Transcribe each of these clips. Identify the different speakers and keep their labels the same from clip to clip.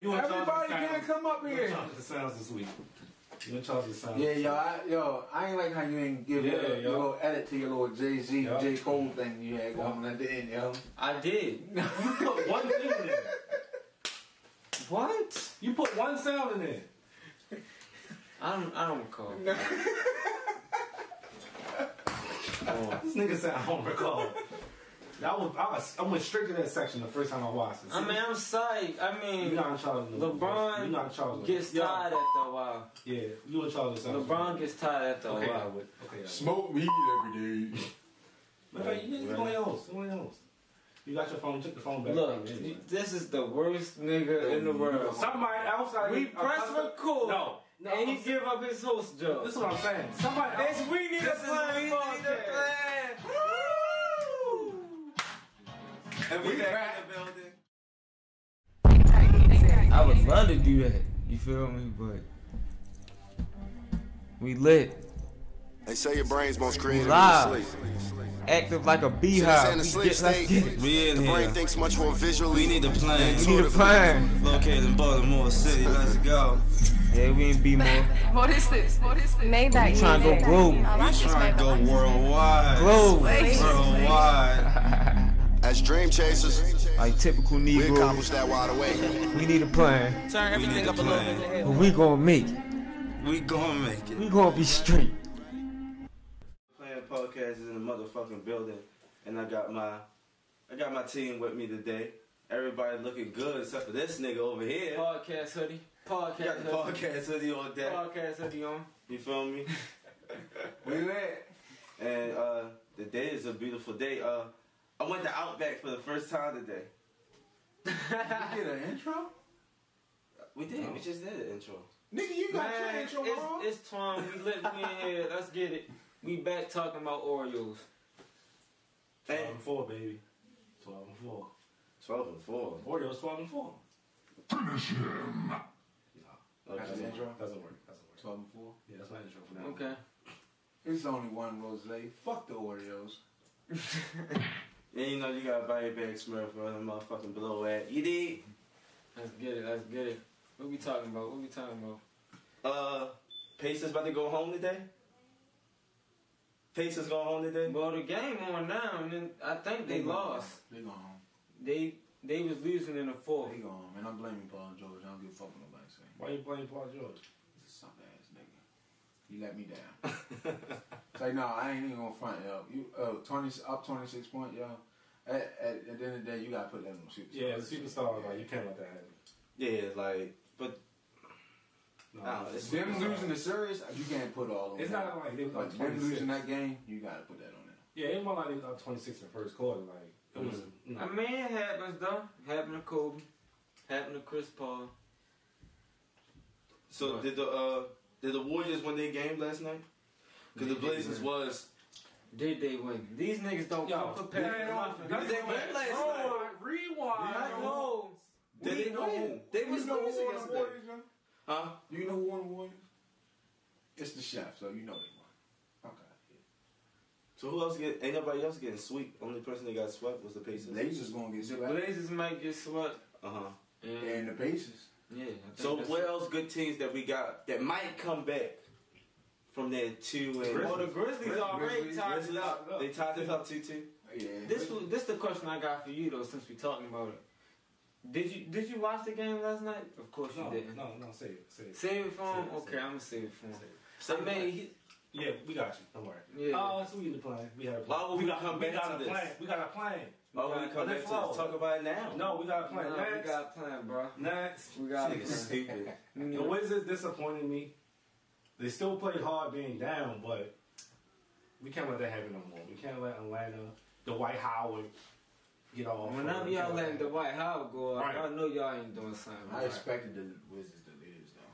Speaker 1: You in charge of the
Speaker 2: Everybody
Speaker 1: sound.
Speaker 2: can't come up
Speaker 1: You in
Speaker 2: here.
Speaker 1: charge of the sounds this week. You in charge of the sounds.
Speaker 3: Yeah, yo, I, yo, I ain't like how you ain't give your-
Speaker 1: Yeah,
Speaker 3: your,
Speaker 1: yo.
Speaker 3: little edit to your little Jay Z,
Speaker 1: Yo.
Speaker 3: J Cole thing you had going on at the end, yo.
Speaker 4: I did.
Speaker 1: You put one thing in there.
Speaker 4: What?
Speaker 1: You put one sound in there.
Speaker 4: I don't. I don't recall.
Speaker 1: Oh, this nigga said I don't recall. I, was, I, was, I went straight to that section the first time I watched it.
Speaker 4: I mean, I'm sorry. I
Speaker 1: you're
Speaker 4: mean,
Speaker 1: not in charge of the
Speaker 4: LeBron
Speaker 1: You're not in charge of
Speaker 4: gets
Speaker 1: yeah,
Speaker 4: tired after a while.
Speaker 1: Yeah, you in charge of the sounds.
Speaker 4: LeBron gets tired after a
Speaker 1: Okay, I
Speaker 4: while.
Speaker 1: would. Okay, I would.
Speaker 2: Smoke weed every day.
Speaker 1: Matter of fact, you niggas going else. Going else. You got your phone. Took the phone back.
Speaker 4: Look,
Speaker 1: Anyway.
Speaker 4: this is the worst nigga in the world.
Speaker 1: somebody else. out
Speaker 4: We
Speaker 1: here-
Speaker 4: press
Speaker 1: I'm- I'm-
Speaker 4: record.
Speaker 1: No, no.
Speaker 4: and he
Speaker 1: I'm-
Speaker 4: give up his host job.
Speaker 1: this is what I'm saying. Somebody else.
Speaker 4: It's we need a plan podcast.
Speaker 2: And we back in the building.
Speaker 4: I would love to do that. You feel me? But we lit,
Speaker 5: They say your brain's most creative
Speaker 4: Live.
Speaker 5: when you sleep.
Speaker 4: active like a
Speaker 5: It's
Speaker 4: beehive.
Speaker 5: in a
Speaker 4: We
Speaker 5: sleep
Speaker 4: get, let's
Speaker 5: state.
Speaker 4: get it.
Speaker 6: We in
Speaker 5: The brain
Speaker 6: here.
Speaker 5: thinks much more visually.
Speaker 6: We need a plane.
Speaker 4: We need a plan.
Speaker 6: Located in Baltimore City. Let's go.
Speaker 4: Yeah, we in B more.
Speaker 7: What is this? What is this? Maybach.
Speaker 4: We trying to go global.
Speaker 7: I
Speaker 6: We
Speaker 7: like this
Speaker 6: trying to go
Speaker 7: Maybach.
Speaker 6: worldwide.
Speaker 4: Global.
Speaker 6: Worldwide.
Speaker 5: As dream chasers,
Speaker 4: Like typical
Speaker 5: we accomplish
Speaker 4: Negro.
Speaker 5: that wide awake.
Speaker 4: We need a plan.
Speaker 6: We need a plane.
Speaker 4: But we gonna make it.
Speaker 6: We gonna make it.
Speaker 4: We gonna be straight.
Speaker 8: Playing podcast is in the motherfucking building, and I got my, I got my team with me today. Everybody looking good except for this nigga over here.
Speaker 4: Podcast hoodie.
Speaker 8: You got
Speaker 4: Podcast
Speaker 8: the podcast hoodie on deck.
Speaker 4: Podcast hoodie on.
Speaker 8: You feel me?
Speaker 3: We lit.
Speaker 8: And uh, the day is a beautiful day. Uh, I went to Outback for the first time today.
Speaker 3: You get an intro?
Speaker 8: We
Speaker 3: Oh.
Speaker 8: did. We just did an intro.
Speaker 3: Nigga, you got your
Speaker 4: Man,
Speaker 3: intro,
Speaker 4: it's,
Speaker 3: bro.
Speaker 4: it's time. We lit. We in here. Let's get it. We back talking about Oreos.
Speaker 3: Oh.
Speaker 8: And
Speaker 1: Twelve and four, baby. Twelve and four.
Speaker 8: twelve and four.
Speaker 1: Oreos twelve and four.
Speaker 8: Okay.
Speaker 3: That's an intro.
Speaker 1: Doesn't work. Doesn't work.
Speaker 3: 12 and 4.
Speaker 1: Yeah, that's my intro for now.
Speaker 4: Okay.
Speaker 3: It's only one rosé. Fuck the Oreos.
Speaker 8: And you know you gotta buy your bag smurf for the motherfucking below at. You did.
Speaker 4: Let's get it. Let's get it. What we talking about? What we talking about?
Speaker 8: Uh, Pacers about to go home today. Pacers going home today.
Speaker 4: Well, the game on now, and then I think they lost.
Speaker 3: They go home.
Speaker 4: They they was losing in the fourth.
Speaker 3: They go home. And I'm blaming Paul George. I don't give a fuck what nobody say.
Speaker 1: Why you playing Paul George?
Speaker 3: He's a suck ass nigga. He let me down. it's like, no, I ain't even gonna front, yo. You, uh, 20, up 26 point, yo. At, at, at the end of the day, you gotta put that on superstar.
Speaker 1: Yeah, the superstar. Like you can't let that happen.
Speaker 8: Yeah, like, but
Speaker 1: No,
Speaker 8: Nah,
Speaker 1: it's
Speaker 8: it's-
Speaker 3: Them losing the series, you can't put all on
Speaker 1: It's
Speaker 3: that.
Speaker 1: not like they was
Speaker 3: But
Speaker 1: up
Speaker 3: them
Speaker 1: 26.
Speaker 3: losing that game, you gotta put that on there.
Speaker 1: Yeah, it was like they was up 26 in the first quarter. Like, it was. mm.
Speaker 4: I mean, it happens though. Happened to Kobe. Happened to Chris Paul.
Speaker 8: so
Speaker 4: What?
Speaker 8: did the uh did the Warriors win their game last night? Because the Blazers was
Speaker 4: Did they win? These niggas don't
Speaker 1: Yo,
Speaker 4: come prepared
Speaker 1: they
Speaker 4: for
Speaker 1: don't-
Speaker 4: nothing.
Speaker 1: that's-
Speaker 8: they win last night.
Speaker 4: I
Speaker 1: Rewind.
Speaker 4: know.
Speaker 8: They
Speaker 4: We
Speaker 8: didn't win. They was
Speaker 3: know who
Speaker 8: losing
Speaker 3: won the
Speaker 8: yesterday.
Speaker 3: Warriors, yo?
Speaker 8: Huh?
Speaker 3: Do you know who won the Warriors? It's the chef, so you know they won. Okay.
Speaker 8: So who else get? Ain't nobody else getting swept. Only person that got swept was the Pacers.
Speaker 3: Blazers gonna get
Speaker 4: The
Speaker 3: swept.
Speaker 4: Blazers might get swept.
Speaker 8: Uh huh.
Speaker 4: And,
Speaker 3: And the Pacers.
Speaker 4: yeah. I think
Speaker 8: So
Speaker 4: that's-
Speaker 8: what else good teams that we got that might come back from their two and
Speaker 4: Well, Oh, the Grizzlies already
Speaker 3: Grizzlies-
Speaker 4: tied it up.
Speaker 8: they tied it up two two.
Speaker 3: Yeah.
Speaker 4: This was- this the question I got for you though, since we talking about it. Did you did you watch the game last night? Of course
Speaker 1: No,
Speaker 4: you didn't.
Speaker 1: no, no, say it. Say it.
Speaker 4: Save it for him.
Speaker 1: Save it,
Speaker 4: Okay,
Speaker 1: save it.
Speaker 4: I'm gonna save it for him.
Speaker 1: Save it.
Speaker 8: So
Speaker 4: I mean, he,
Speaker 1: Yeah, we got you. Don't worry.
Speaker 4: yeah.
Speaker 1: Oh, so we in the plan. We had a plan.
Speaker 8: Why would we
Speaker 1: got,
Speaker 8: come
Speaker 1: we
Speaker 8: back
Speaker 1: got
Speaker 8: to
Speaker 1: a
Speaker 8: this?
Speaker 1: plan. We got a plan.
Speaker 8: why would Oh, we come
Speaker 1: Let
Speaker 8: back
Speaker 1: it
Speaker 8: to this?
Speaker 1: flow.
Speaker 8: Talk about it now.
Speaker 1: No, we got a plan.
Speaker 4: No,
Speaker 1: Next.
Speaker 4: we got a plan, bro.
Speaker 1: Next.
Speaker 4: We got a
Speaker 8: Niggas
Speaker 4: plan.
Speaker 8: stupid.
Speaker 4: We need
Speaker 1: The Wizards disappointed me. They still played hard being down, but we can't let that happen no more. We can't let Atlanta, Dwight Howard, get off.
Speaker 4: When I'm y'all letting
Speaker 1: the
Speaker 4: Dwight Howard go,
Speaker 1: Right.
Speaker 4: I know y'all ain't doing something.
Speaker 3: I
Speaker 4: Right.
Speaker 3: expected the Wizards to lose though.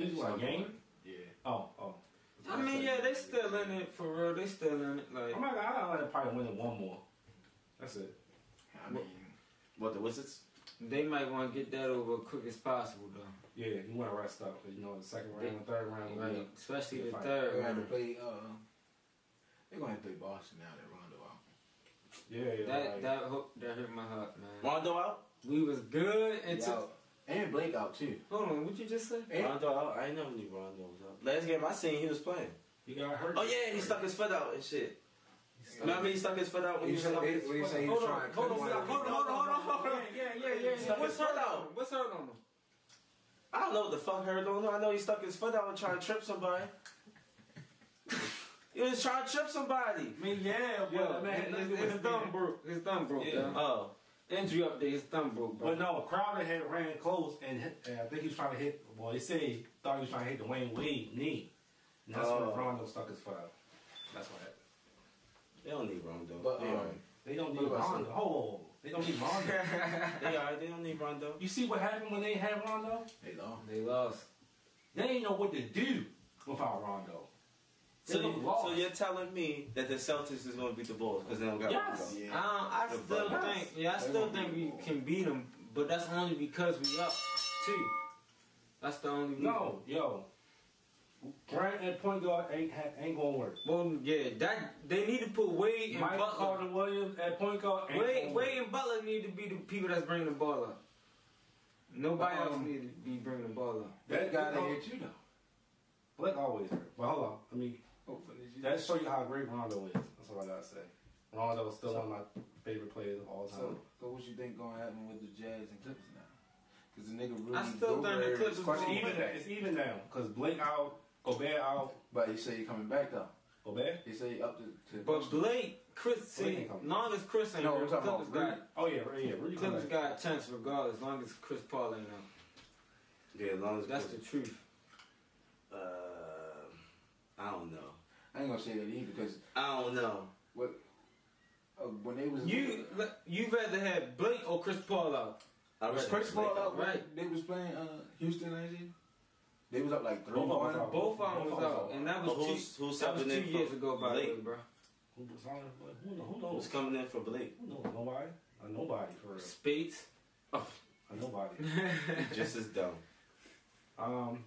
Speaker 1: we just want a game.
Speaker 3: Yeah.
Speaker 1: Oh, oh.
Speaker 4: I mean, yeah, they still in it for real. They still in it. Like,
Speaker 1: I'm not gonna. I'm gonna probably win it one more. That's it.
Speaker 3: I mean,
Speaker 8: What the Wizards?
Speaker 4: they might want to get that over quick as possible, though.
Speaker 1: Yeah, you want to rest up because you know the second round, the third round.
Speaker 4: Like,
Speaker 1: Right.
Speaker 4: especially the
Speaker 1: Fight.
Speaker 3: they're
Speaker 4: third
Speaker 3: gonna have to
Speaker 4: round.
Speaker 3: play. Uh, they're gonna have to play Boston now that Rondo out.
Speaker 1: Yeah, yeah.
Speaker 4: That
Speaker 1: like,
Speaker 4: that hook that hurt my heart, man.
Speaker 8: Rondo out?
Speaker 4: We was good until
Speaker 3: Yo, And Blake out too.
Speaker 4: Hold on, what you just say?
Speaker 3: And
Speaker 8: Rondo out. I ain't never knew Rondo was out. Last game I seen, he was playing.
Speaker 1: He got hurt.
Speaker 8: Oh yeah, he stuck his foot out and shit. You know what I mean? He stuck his foot out when
Speaker 3: you
Speaker 8: he was
Speaker 3: said
Speaker 8: out.
Speaker 3: they- when you say he was trying to cut one of them.
Speaker 8: hold on, hold on, hold on.
Speaker 4: Yeah, yeah, yeah. yeah, yeah.
Speaker 8: What's hurt on him?
Speaker 4: What's hurt on him?
Speaker 8: I don't know what the fuck hurt on him. I know he stuck his foot out and tried to trip somebody. he was trying to trip somebody.
Speaker 1: I mean, yeah, but
Speaker 4: Yo,
Speaker 1: man,
Speaker 4: his-
Speaker 1: let's
Speaker 4: his,
Speaker 1: do it.
Speaker 4: thumb broke. His thumb broke. Yeah.
Speaker 8: Oh.
Speaker 4: Injury update. His thumb broke, bro.
Speaker 1: But no, Crowder had ran close, and, hit- and I think he was trying to hit. Well, they say he thought he was trying to hit the Wayne Wade knee, and that's
Speaker 8: Oh.
Speaker 1: when Rondo stuck his foot out. That's what happened.
Speaker 8: They don't need Rondo.
Speaker 3: But um,
Speaker 8: they, all
Speaker 1: They don't
Speaker 3: What
Speaker 1: need
Speaker 3: about
Speaker 1: Rondo.
Speaker 3: Steph?
Speaker 1: Oh, they don't need Rondo.
Speaker 8: right. they all right. They don't need Rondo.
Speaker 1: you see what happened when they had Rondo?
Speaker 3: they lost.
Speaker 4: They lost.
Speaker 1: They ain't know what to do without Rondo. They
Speaker 8: So,
Speaker 1: look
Speaker 8: you,
Speaker 1: lost.
Speaker 8: so you're telling me that the Celtics is going to beat the Bulls because they don't got
Speaker 1: Yes.
Speaker 8: Rondo.
Speaker 3: Yeah.
Speaker 4: Um, I
Speaker 8: The
Speaker 4: still
Speaker 8: Bucks.
Speaker 4: think. Yeah, I
Speaker 3: They
Speaker 4: still
Speaker 3: gonna
Speaker 4: think
Speaker 3: beat
Speaker 4: we
Speaker 3: the Bulls.
Speaker 4: can beat them, but that's only because we up two. That's the only reason.
Speaker 1: No, yo. Grant and point guard ain't ha- ain't gonna work.
Speaker 4: Well, yeah, that they need to put Wade and
Speaker 1: Mike
Speaker 4: Butler.
Speaker 1: Carter Williams at point guard ain't
Speaker 4: Wade,
Speaker 1: gonna
Speaker 4: Wade
Speaker 1: work.
Speaker 4: and Butler need to be the people that's bringing the ball up. Nobody
Speaker 3: But,
Speaker 4: else
Speaker 3: um,
Speaker 4: need to be bringing the ball up.
Speaker 3: That guy that
Speaker 1: no,
Speaker 3: hit you though.
Speaker 1: Blake always hurt. But hold on, I mean
Speaker 3: Hopefully you.
Speaker 1: that show you how great Rondo is. That's what I gotta say. Rondo is still one of my favorite players of all time.
Speaker 3: So, so what you think gonna happen with the Jazz and Clippers now? Because the nigga really.
Speaker 4: I still think the
Speaker 3: Gobert is
Speaker 4: Clippers gonna
Speaker 1: it's
Speaker 3: questionable.
Speaker 1: even that it's even now because Blake out, Gobert out,
Speaker 3: But he said he coming back though.
Speaker 1: Gobert.
Speaker 3: He said he up to. to
Speaker 4: But Blake, Chris,
Speaker 1: Blake
Speaker 4: see,
Speaker 1: ain't coming.
Speaker 4: long as Chris ain't
Speaker 3: no,
Speaker 4: here,
Speaker 3: I'm talking
Speaker 4: Clippers
Speaker 3: about Reed.
Speaker 4: got
Speaker 1: Oh yeah, right, yeah. Rudy
Speaker 4: Clippers
Speaker 1: Gobert.
Speaker 4: got a chance regardless. As long as Chris Paul ain't out,
Speaker 8: Yeah, as long as
Speaker 4: that's the truth.
Speaker 8: uh, I don't know.
Speaker 3: I ain't gonna say that either because
Speaker 8: I don't know.
Speaker 3: what uh, when they was
Speaker 4: You you rather have Blake or Chris Paul out?
Speaker 8: I
Speaker 3: was
Speaker 8: read
Speaker 3: Chris
Speaker 8: it.
Speaker 3: Paul up
Speaker 4: Right.
Speaker 3: right? They was playing uh, Houston last year. They was up like three
Speaker 1: Both of
Speaker 3: one.
Speaker 1: us out.
Speaker 4: Both of them
Speaker 1: Both
Speaker 4: was
Speaker 1: of 'em
Speaker 4: out,
Speaker 1: was out.
Speaker 4: and that
Speaker 8: But
Speaker 4: was
Speaker 8: who's
Speaker 4: two,
Speaker 8: who's
Speaker 4: that was
Speaker 8: subbing
Speaker 4: two
Speaker 8: in
Speaker 4: years
Speaker 8: for
Speaker 4: ago, by the way,
Speaker 8: Blake?
Speaker 4: bro.
Speaker 1: Who was on it? Like, Who, who knows?
Speaker 8: Who's coming in for Blake?
Speaker 1: Who knows? Nobody. A nobody for real.
Speaker 4: Spades.
Speaker 1: A nobody.
Speaker 8: Just as dumb.
Speaker 1: Um,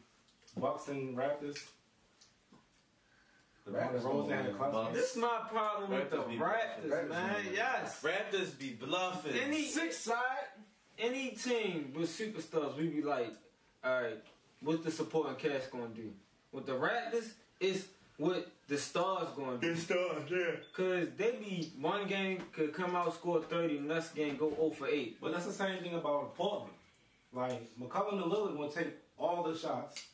Speaker 1: Bucks and Raptors. The
Speaker 3: Raptors
Speaker 1: Raptors Rose
Speaker 3: gonna
Speaker 1: and the
Speaker 3: win.
Speaker 1: Clippers.
Speaker 8: Bucks.
Speaker 4: This is my problem with the
Speaker 8: Raptors be
Speaker 3: Raptors
Speaker 4: Raptors,
Speaker 8: bluffing.
Speaker 4: man.
Speaker 3: be bluffing.
Speaker 4: Yes.
Speaker 8: Raptors be bluffing.
Speaker 4: Any
Speaker 3: Six side.
Speaker 4: any team with superstars, we be like, all right, what's the supporting cast gonna do? With the Raptors, it's what the stars gonna do.
Speaker 8: stars, yeah.
Speaker 4: Cause they be one game could come out score thirty, next game go 0 for 8.
Speaker 1: But that's the same thing about Portland. Like McCollum and Lillard gonna take all the shots,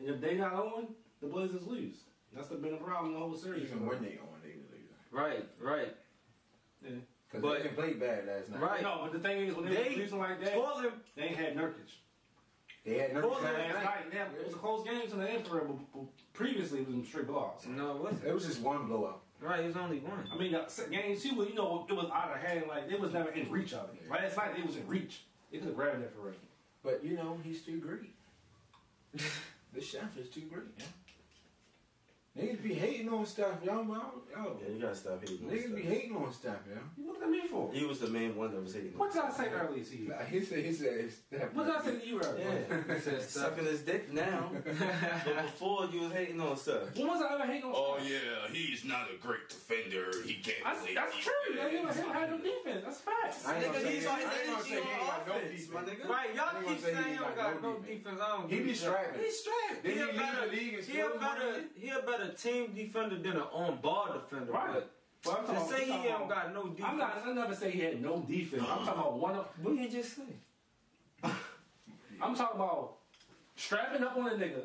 Speaker 1: and if they not on, the Blazers lose. That's been a problem the whole series.
Speaker 3: Even when they on, they was losing.
Speaker 4: Right, right,
Speaker 1: Yeah.
Speaker 3: Because
Speaker 4: But-
Speaker 3: they can play bad last night.
Speaker 4: right.
Speaker 1: No, but the thing is, when they,
Speaker 4: They-
Speaker 1: were losing like that,
Speaker 4: Portland,
Speaker 1: they ain't had Nurkic.
Speaker 3: They had no
Speaker 4: Portland
Speaker 3: shot
Speaker 1: Last
Speaker 3: last night.
Speaker 1: night, yeah, it was a close game to the end for them, but but previously it was a straight blowouts.
Speaker 4: no, it wasn't.
Speaker 3: It was just one blowout.
Speaker 4: Right, it was only one.
Speaker 1: I mean, the se- game two, you know, it was out of hand. Like they was never in reach of it. Last night they was in reach. They could have grabbed that for real.
Speaker 3: But you know, he's too greedy. the chef is too greedy. Niggas be hating on stuff, y'all. man. Y'all,
Speaker 8: Yeah, you gotta stop hating. on
Speaker 3: niggas be
Speaker 8: stuff.
Speaker 3: hating on stuff, y'all.
Speaker 1: What did I mean for?
Speaker 8: He was the main one that was hating. on
Speaker 1: What did I
Speaker 8: stuff.
Speaker 1: say earlier to you?
Speaker 3: Nah, he said, he said, it's that-
Speaker 1: What did I say to you earlier?
Speaker 8: Yeah,
Speaker 4: It says stuff.
Speaker 8: sucking his dick now. but before you was hating on stuff.
Speaker 1: When was I ever hating on?
Speaker 2: Oh
Speaker 1: somebody?
Speaker 2: yeah, he's not a great defender. He can't.
Speaker 1: I,
Speaker 2: play
Speaker 1: that's true. They never
Speaker 2: defense.
Speaker 1: had had no defense. That's facts.
Speaker 3: I ain't gonna
Speaker 8: Nigga,
Speaker 3: say
Speaker 8: these
Speaker 3: he-
Speaker 8: are
Speaker 3: I ain't gonna
Speaker 8: his
Speaker 3: say he
Speaker 8: energy
Speaker 3: ain't got
Speaker 8: on
Speaker 3: no
Speaker 8: offense, my
Speaker 3: defense.
Speaker 8: nigga.
Speaker 4: Right,
Speaker 3: I ain't
Speaker 4: y'all keep
Speaker 3: gonna say
Speaker 4: saying
Speaker 3: he
Speaker 4: y'all
Speaker 3: got
Speaker 4: got
Speaker 3: no
Speaker 4: no
Speaker 3: defense.
Speaker 4: defense. I don't
Speaker 3: He
Speaker 4: give
Speaker 3: be
Speaker 4: a shit.
Speaker 3: strapping.
Speaker 8: He's strapped.
Speaker 3: Then
Speaker 4: He
Speaker 3: he
Speaker 4: a
Speaker 3: leave
Speaker 4: better,
Speaker 3: the league and
Speaker 4: he a
Speaker 3: still
Speaker 4: better,
Speaker 3: win.
Speaker 4: he a better team defender than an on-ball defender.
Speaker 1: Right. But I'm
Speaker 4: But to
Speaker 1: talking
Speaker 4: say he
Speaker 1: about-
Speaker 4: don't got no defense,
Speaker 1: I'm not. I never say he had no defense. I'm talking about one. Of,
Speaker 4: what you just say?
Speaker 1: I'm talking about strapping up on a nigga.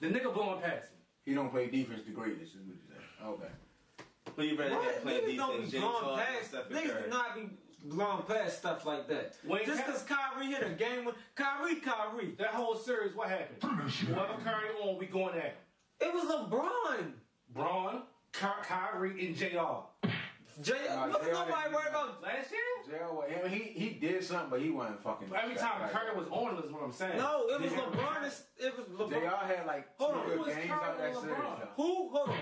Speaker 1: The nigga blowing past him.
Speaker 3: He don't play defense the greatest. Is what he said. Okay.
Speaker 8: Who you rather have
Speaker 4: What?
Speaker 8: playing
Speaker 4: Niggas don't
Speaker 8: defense,
Speaker 4: be
Speaker 8: James
Speaker 4: blown
Speaker 8: Harden,
Speaker 4: past.
Speaker 8: Stephen
Speaker 4: Niggas do
Speaker 8: Curry?
Speaker 4: not be blown past stuff like that.
Speaker 1: Wayne
Speaker 4: just
Speaker 1: Cal-
Speaker 4: because Kyrie hit a game with Kyrie, Kyrie,
Speaker 1: That whole series, what happened? Whoever Curry on, we going at him.
Speaker 4: it was LeBron.
Speaker 1: Braun, Ky- Kyrie, and Jr.
Speaker 4: J-
Speaker 3: Nah,
Speaker 4: wasn't
Speaker 3: J-
Speaker 4: nobody worried about.
Speaker 1: Last year?
Speaker 3: Jail, well, he he did something, but he wasn't fucking.
Speaker 1: Every time Curry was on, is what I'm saying.
Speaker 4: No, it was
Speaker 1: They had-
Speaker 4: LeBron. and- It was
Speaker 3: They
Speaker 4: LeBron.
Speaker 3: all had like two
Speaker 4: Hold on,
Speaker 1: who
Speaker 3: good
Speaker 1: is
Speaker 3: games out
Speaker 1: Curry
Speaker 3: that
Speaker 1: and
Speaker 3: series.
Speaker 1: LeBron?
Speaker 3: though.
Speaker 4: Who? Hold on.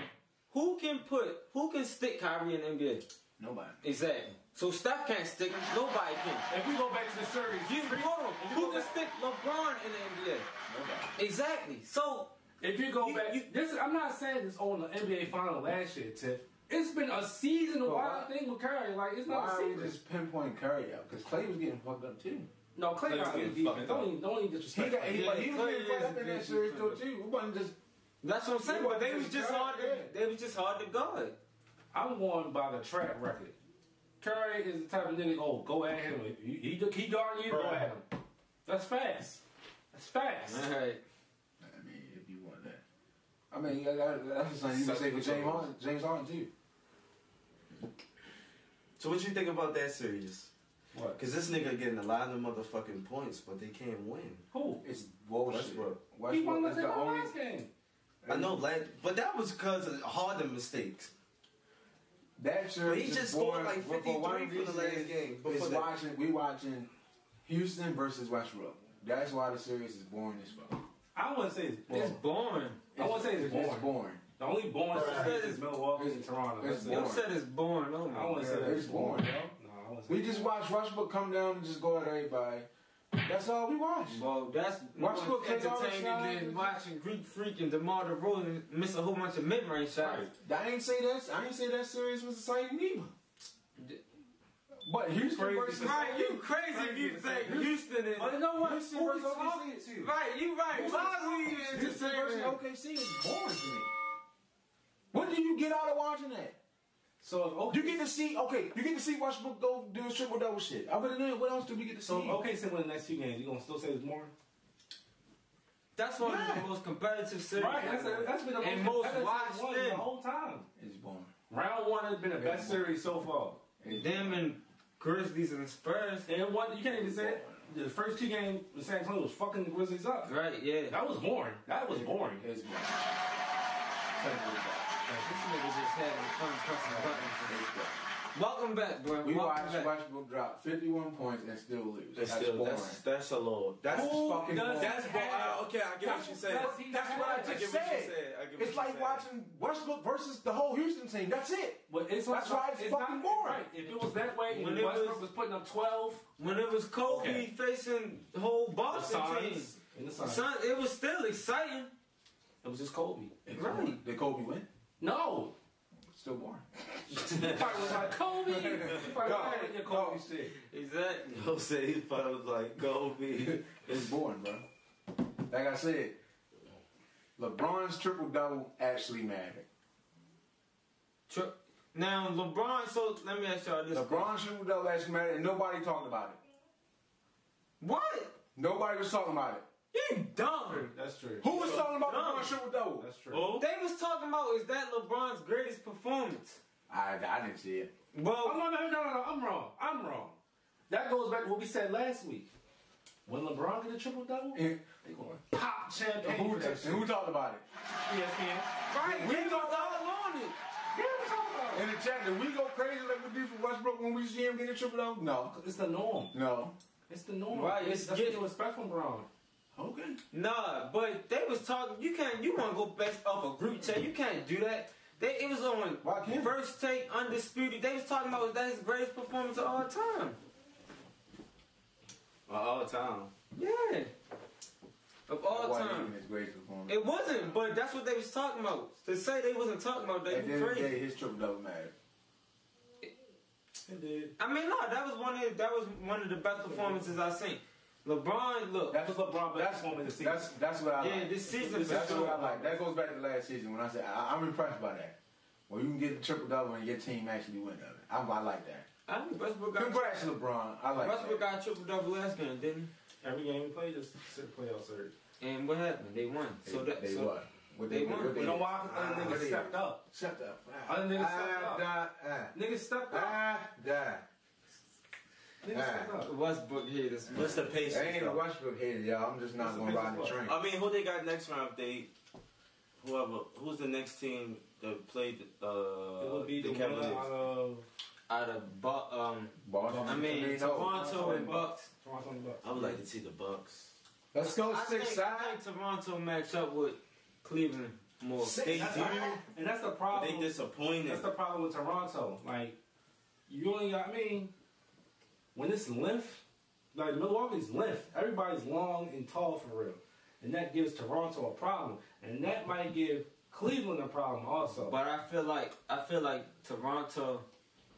Speaker 4: Who can put? Who can stick Kyrie in the NBA?
Speaker 3: Nobody.
Speaker 4: Exactly. So Steph can't stick him. Nobody can.
Speaker 1: If we go back to the series,
Speaker 4: You hold on.
Speaker 1: if you
Speaker 4: Who
Speaker 1: go
Speaker 4: can
Speaker 1: back-
Speaker 4: stick LeBron in the NBA?
Speaker 3: Nobody.
Speaker 4: Exactly. So
Speaker 1: If you go
Speaker 4: You-
Speaker 1: back,
Speaker 4: you-
Speaker 1: this I'm not saying it's on the NBA final last year, Tip. It's been a season
Speaker 3: But
Speaker 1: wild
Speaker 3: why-
Speaker 1: thing with Curry. Like it's not
Speaker 3: Why
Speaker 1: a
Speaker 3: are we
Speaker 1: secret.
Speaker 3: just pinpoint Curry out? Because Clay was getting fucked up too.
Speaker 1: No, Clay
Speaker 8: Clay
Speaker 1: got
Speaker 8: was
Speaker 1: good
Speaker 8: getting
Speaker 1: defense.
Speaker 8: fucked
Speaker 1: Don't even, don't even
Speaker 3: He
Speaker 1: disrespect.
Speaker 3: got
Speaker 1: Clay.
Speaker 3: he, but he was
Speaker 4: Clay
Speaker 3: getting fucked
Speaker 4: is
Speaker 3: up in that
Speaker 4: good
Speaker 3: series though
Speaker 4: defense.
Speaker 3: too. It wasn't just
Speaker 4: That's what I'm saying.
Speaker 3: Yeah,
Speaker 4: But they was
Speaker 3: it's
Speaker 4: just
Speaker 3: good,
Speaker 4: hard.
Speaker 3: yeah.
Speaker 4: To, they was just hard to guard.
Speaker 1: I'm going by the track record. Curry is the type of nigga. Oh, go at him. He he, he guarding you. Go at him. That's fast. That's fast.
Speaker 4: All right.
Speaker 3: I mean, if you want that. I mean, yeah, that, that's the same you would say for James Harden. James Harden too.
Speaker 8: So what you think about that series?
Speaker 1: What?
Speaker 8: Because this nigga getting a lot of motherfucking points, but they can't win.
Speaker 1: Who?
Speaker 3: It's bullshit.
Speaker 8: Westbrook.
Speaker 1: He won
Speaker 3: Westbrook
Speaker 1: the
Speaker 3: is the only.
Speaker 1: last game.
Speaker 8: I know, lad, but that was because of Harden mistakes.
Speaker 3: That series.
Speaker 8: But he
Speaker 3: is
Speaker 8: just scored,
Speaker 3: boring,
Speaker 8: like,
Speaker 3: but for one
Speaker 8: 53 for the
Speaker 3: reason
Speaker 8: last
Speaker 3: is-
Speaker 8: game, but
Speaker 3: is
Speaker 8: for the-
Speaker 3: watching. We watching Houston versus Westbrook. That's why the series is boring as fuck.
Speaker 1: I wouldn't say it's boring.
Speaker 4: It's boring.
Speaker 1: I wouldn't say it's boring.
Speaker 3: It's boring.
Speaker 1: The only boring series is Milwaukee and Toronto.
Speaker 3: It's
Speaker 1: That's it.
Speaker 4: You
Speaker 3: boring.
Speaker 4: said it's boring. Oh my
Speaker 1: I wouldn't
Speaker 4: God.
Speaker 1: say
Speaker 3: Yeah,
Speaker 1: that
Speaker 3: it's boring,
Speaker 1: No, I wouldn't say
Speaker 3: We just watch Westbrook come down and just go at everybody. That's all we watch.
Speaker 4: Well, that's
Speaker 3: Watch
Speaker 4: more
Speaker 3: what Kazar
Speaker 4: entertaining
Speaker 3: shot.
Speaker 4: than watching Greek Freak and DeMar DeRozan miss a whole bunch of mid-range shots.
Speaker 1: Right.
Speaker 3: I ain't say that. I ain't say that series was exciting either. But Houston
Speaker 1: Crazy.
Speaker 3: versus
Speaker 4: Right, you crazy if you think Houston is.
Speaker 3: But you know what?
Speaker 4: Houston
Speaker 3: Who
Speaker 4: versus
Speaker 3: is talking
Speaker 4: OKC.
Speaker 3: to you?
Speaker 4: Right, you right. Why is he
Speaker 3: Houston versus
Speaker 4: entertaining?
Speaker 3: OKC is boring to me. What do you get out of watching that?
Speaker 1: So if OK,
Speaker 3: You get to see okay. You get to see Westbrook go do a triple double shit. Other than that, what else do we get to see?
Speaker 1: so if OKC win the next two games, you gonna still say it's boring?
Speaker 4: That's one of
Speaker 3: Yeah.
Speaker 4: the most competitive series.
Speaker 1: Right. That's, that's been the
Speaker 4: And
Speaker 1: most
Speaker 4: most
Speaker 1: competitive
Speaker 4: watched
Speaker 1: one
Speaker 4: in.
Speaker 1: the whole time.
Speaker 3: It's boring.
Speaker 1: Round one has been the best
Speaker 3: Yeah.
Speaker 1: series so far.
Speaker 4: Them and Grizzlies and Spurs.
Speaker 1: And one, you can't even say it. The first two games, the San Antonio was fucking the Grizzlies up.
Speaker 4: Right, yeah.
Speaker 1: That was boring. That was boring.
Speaker 3: It's boring. Simple as that.
Speaker 4: This nigga just having fun pressing buttons.
Speaker 3: It's boring.
Speaker 4: Welcome back, bro.
Speaker 3: We
Speaker 4: Welcome
Speaker 3: watched
Speaker 4: back.
Speaker 3: Westbrook drop 51 points and still lose. That's, boring.
Speaker 8: that's that's a little. That's
Speaker 3: Who
Speaker 8: fucking.
Speaker 3: does
Speaker 8: that's bo-
Speaker 1: have-
Speaker 8: uh, okay. I get
Speaker 1: that's-
Speaker 8: what you said.
Speaker 1: that's- he
Speaker 3: That's what I
Speaker 1: I
Speaker 3: just
Speaker 8: get
Speaker 3: said.
Speaker 8: what you said. I get what
Speaker 3: it's
Speaker 8: you
Speaker 3: like
Speaker 8: said.
Speaker 3: watching Westbrook versus the whole Houston team. That's it.
Speaker 1: But it's
Speaker 3: That's why it's fucking
Speaker 1: not,
Speaker 3: boring.
Speaker 1: Right. If it was that way,
Speaker 4: When
Speaker 1: when
Speaker 4: it
Speaker 1: Westbrook
Speaker 4: was-
Speaker 1: was, putting up 12,
Speaker 4: When it was Kobe
Speaker 1: Okay.
Speaker 4: facing the whole
Speaker 1: the
Speaker 4: Boston team,
Speaker 1: Suns, and the Suns,
Speaker 4: son, it was still exciting.
Speaker 1: it was just Kobe.
Speaker 4: Right.
Speaker 3: Did Kobe win?
Speaker 1: No,
Speaker 3: Still boring.
Speaker 1: you probably was like Kobe. You probably
Speaker 3: Go,
Speaker 1: had your Kobe
Speaker 3: go.
Speaker 1: shit.
Speaker 4: Exactly.
Speaker 8: Yo, say he thought it was like Kobe.
Speaker 3: It's boring, bro. Like I said, LeBron's triple double actually mattered.
Speaker 4: Tri- Now LeBron. So let me ask y'all this:
Speaker 3: LeBron's triple double actually mattered, and nobody talked about it.
Speaker 4: What?
Speaker 3: Nobody was talking about it.
Speaker 4: You dumb.
Speaker 1: That's true.
Speaker 3: Who was talking about
Speaker 4: dumb.
Speaker 3: LeBron's triple double?
Speaker 1: That's true.
Speaker 4: They was talking about is that LeBron's greatest performance?
Speaker 3: I, I didn't see it.
Speaker 1: Oh,
Speaker 4: Well,
Speaker 1: no, no, no, no, no. I'm wrong. I'm wrong. That goes back to what we said last week. When LeBron get a triple double,
Speaker 3: And
Speaker 1: they going pop champagne.
Speaker 3: who,
Speaker 1: for that shit.
Speaker 3: who talked about it?
Speaker 4: E
Speaker 1: ESPN.
Speaker 4: right,
Speaker 3: we
Speaker 4: we was
Speaker 3: talked about-
Speaker 4: all on it.
Speaker 1: Yeah, we talking about
Speaker 3: In the chat, did we go crazy like we do for Westbrook when we see him get a triple double? No.
Speaker 1: it. It's the norm.
Speaker 3: No.
Speaker 1: It's the norm.
Speaker 4: Right,
Speaker 1: It's,
Speaker 4: it's
Speaker 1: that's
Speaker 4: getting-
Speaker 1: what you expect from LeBron.
Speaker 3: Okay.
Speaker 4: Nah, but they was talking. You can't. You want to go best off a group chat? You can't do that. They it was on
Speaker 3: Why can't we?
Speaker 4: first take undisputed. They was talking about was that his greatest performance of all time?
Speaker 8: Uh, all time.
Speaker 4: Yeah, of all
Speaker 3: Wasn't
Speaker 4: time.
Speaker 3: even his greatest performance.
Speaker 4: It wasn't, but that's what they was talking about. To say they wasn't talking about that,
Speaker 3: At the end
Speaker 4: you
Speaker 3: of the
Speaker 4: crazy.
Speaker 3: day, his triple double mattered.
Speaker 1: It did.
Speaker 4: I mean, no, that was one of that was one of the best performances I seen. LeBron, look,
Speaker 3: That's
Speaker 1: was LeBron best
Speaker 3: That's
Speaker 1: performance of the
Speaker 3: That's that's what I like.
Speaker 4: yeah, this season for
Speaker 3: that's what I
Speaker 4: sure.
Speaker 3: like. That goes back to last season when I said I, I'm impressed by that. Well, you can get a triple double and your team actually win of it. I, I like that.
Speaker 4: I think Westbrook got
Speaker 3: Congrats, LeBron. I like
Speaker 4: Westbrook
Speaker 3: that.
Speaker 4: got triple double last game, didn't
Speaker 1: Every game we played is a playoff series.
Speaker 4: he? And what happened? They won. so that
Speaker 3: they
Speaker 4: so
Speaker 3: what? What
Speaker 4: they won.
Speaker 3: what
Speaker 1: You know
Speaker 3: did?
Speaker 1: why? Because
Speaker 3: Ah,
Speaker 1: other
Speaker 3: what
Speaker 1: niggas
Speaker 3: they
Speaker 1: stepped
Speaker 3: did.
Speaker 1: up.
Speaker 3: Shut up.
Speaker 1: Other niggas stepped
Speaker 3: Ah,
Speaker 1: up.
Speaker 3: da, ah,
Speaker 1: Niggas stepped up.
Speaker 3: ah, da.
Speaker 1: Niggas stepped
Speaker 3: ah.
Speaker 1: up.
Speaker 4: Westbrook here this month.
Speaker 8: What's the pace?
Speaker 3: I ain't a Westbrook hater, y'all. I'm just not
Speaker 1: That's
Speaker 3: gonna
Speaker 1: the
Speaker 3: ride the
Speaker 1: basic
Speaker 3: train.
Speaker 8: I mean, who they got next round? If they whoever who's the next team that played uh,
Speaker 1: It would be the,
Speaker 8: the
Speaker 1: winner
Speaker 8: Cavaliers?
Speaker 1: out of
Speaker 4: Out of Bu- um,
Speaker 3: Boston.
Speaker 4: I mean
Speaker 3: no.
Speaker 4: Toronto and Bucks.
Speaker 1: Toronto and Bucks.
Speaker 8: I would like to see the Bucks.
Speaker 3: Let's go
Speaker 4: I
Speaker 3: Oh, six
Speaker 4: think,
Speaker 3: side.
Speaker 4: I think Toronto match up with Cleveland more.
Speaker 8: They
Speaker 1: That's
Speaker 8: do.
Speaker 1: the- and that's the
Speaker 8: but
Speaker 1: problem.
Speaker 8: They disappointed.
Speaker 1: Oh. That's the problem with Toronto. Like, you only got, I mean, when it's length, like Milwaukee's length, everybody's long and tall for real. And that gives Toronto a problem. And that might give Cleveland a problem also.
Speaker 4: But I feel like I feel like Toronto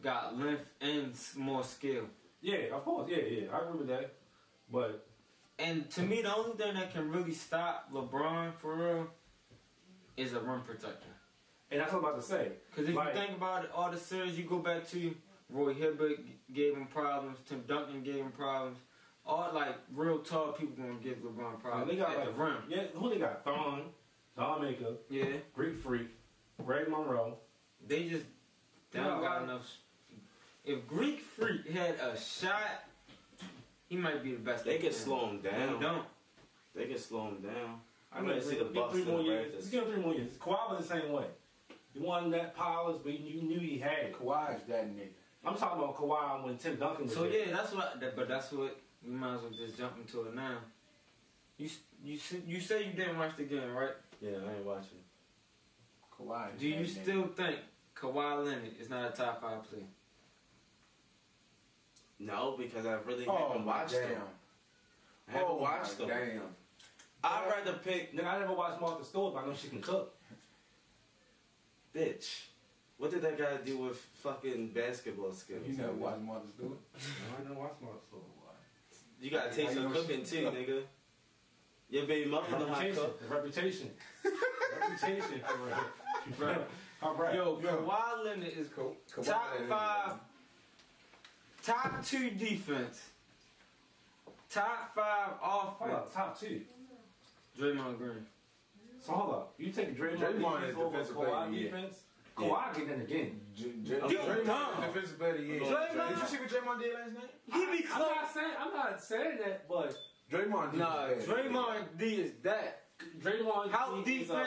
Speaker 4: got length and s- more skill.
Speaker 1: yeah, of course. Yeah, yeah. I agree with that. But
Speaker 4: And to me, the only thing that can really stop LeBron for real is a rim protector.
Speaker 1: and that's what I'm about to say.
Speaker 4: Because if
Speaker 1: Like-
Speaker 4: you think about it, all the series you go back to, Roy Hibbert g- gave him problems, Tim Duncan gave him problems. All like real tall people gonna give LeBron
Speaker 1: Like,
Speaker 8: Uh,
Speaker 4: problems
Speaker 1: they got
Speaker 4: at
Speaker 1: like,
Speaker 4: the rim.
Speaker 1: Yeah, who they got? Thon, Don Maker,
Speaker 4: Yeah,
Speaker 1: Greek Freak, Greg Monroe.
Speaker 4: they just they don't
Speaker 1: Yeah,
Speaker 4: got
Speaker 1: like-
Speaker 4: enough. s- If Greek Freak had a shot, he might be the best.
Speaker 8: They can
Speaker 4: player.
Speaker 8: slow him
Speaker 4: They
Speaker 8: down.
Speaker 4: don't.
Speaker 8: They can slow him down.
Speaker 1: I
Speaker 8: I'm gonna see the
Speaker 1: give him
Speaker 8: Bucks
Speaker 1: three
Speaker 8: in
Speaker 1: more
Speaker 8: the
Speaker 1: years.
Speaker 8: Raptors.
Speaker 1: Just give him three more years. Kawhi was the same way. He won that Pilots, but you knew he had it.
Speaker 3: Kawhi's that nigga.
Speaker 1: I'm talking about Kawhi when Tim Duncan was
Speaker 4: So
Speaker 1: there.
Speaker 4: yeah, that's what. that- But that's what we might as well just jump into it now. You s- you s- you say you didn't watch the game, right?
Speaker 8: Yeah, I ain't watching.
Speaker 3: Kawhi. is
Speaker 4: Do
Speaker 3: that
Speaker 4: you
Speaker 3: nigga.
Speaker 4: still think Kawhi Leonard is not a top five player?
Speaker 8: No, because I really
Speaker 3: Oh
Speaker 8: haven't
Speaker 3: my
Speaker 8: watched them.
Speaker 3: damn.
Speaker 8: I haven't
Speaker 3: oh
Speaker 8: watched
Speaker 3: my
Speaker 8: them.
Speaker 3: damn.
Speaker 8: I'd rather pick
Speaker 1: Nigga, I never watched Martha Stewart, but I know she can cook.
Speaker 8: bitch. What did that guy do with fucking basketball skills?
Speaker 3: You never watch mothers do it.
Speaker 1: I never watched Martha Stewart.
Speaker 8: You gotta taste
Speaker 3: I
Speaker 8: some
Speaker 3: know
Speaker 8: cooking
Speaker 3: she-
Speaker 8: too, nigga. Your baby mother know how to
Speaker 1: Reputation.
Speaker 8: cook.
Speaker 1: Reputation. Reputation. For real. All right.
Speaker 4: Yo,
Speaker 3: Yo.
Speaker 4: Kawhi Leonard is
Speaker 3: Ka- Kawhi
Speaker 4: top
Speaker 3: Leonard.
Speaker 4: five, top two defense, top five
Speaker 1: hold
Speaker 4: offense.
Speaker 1: up. Top two.
Speaker 4: Draymond Green.
Speaker 1: So hold up. You take Draymond,
Speaker 3: Draymond
Speaker 1: defense
Speaker 3: is
Speaker 1: over
Speaker 3: defensive
Speaker 1: Kawhi
Speaker 3: player, yeah.
Speaker 1: defense. Kawhi get in again.
Speaker 3: J- J-
Speaker 4: You
Speaker 3: Draymond
Speaker 4: dumb.
Speaker 3: is Defensive player of the year.
Speaker 4: Draymond-
Speaker 3: Did you see what Draymond did last night?
Speaker 4: He be
Speaker 1: I'm
Speaker 4: close.
Speaker 1: not saying I'm not saying that, but
Speaker 3: Draymond.
Speaker 4: Nah,
Speaker 3: defensive player of the year.
Speaker 4: Draymond D is that.
Speaker 1: Draymond
Speaker 4: How
Speaker 1: Green is a-
Speaker 4: defense-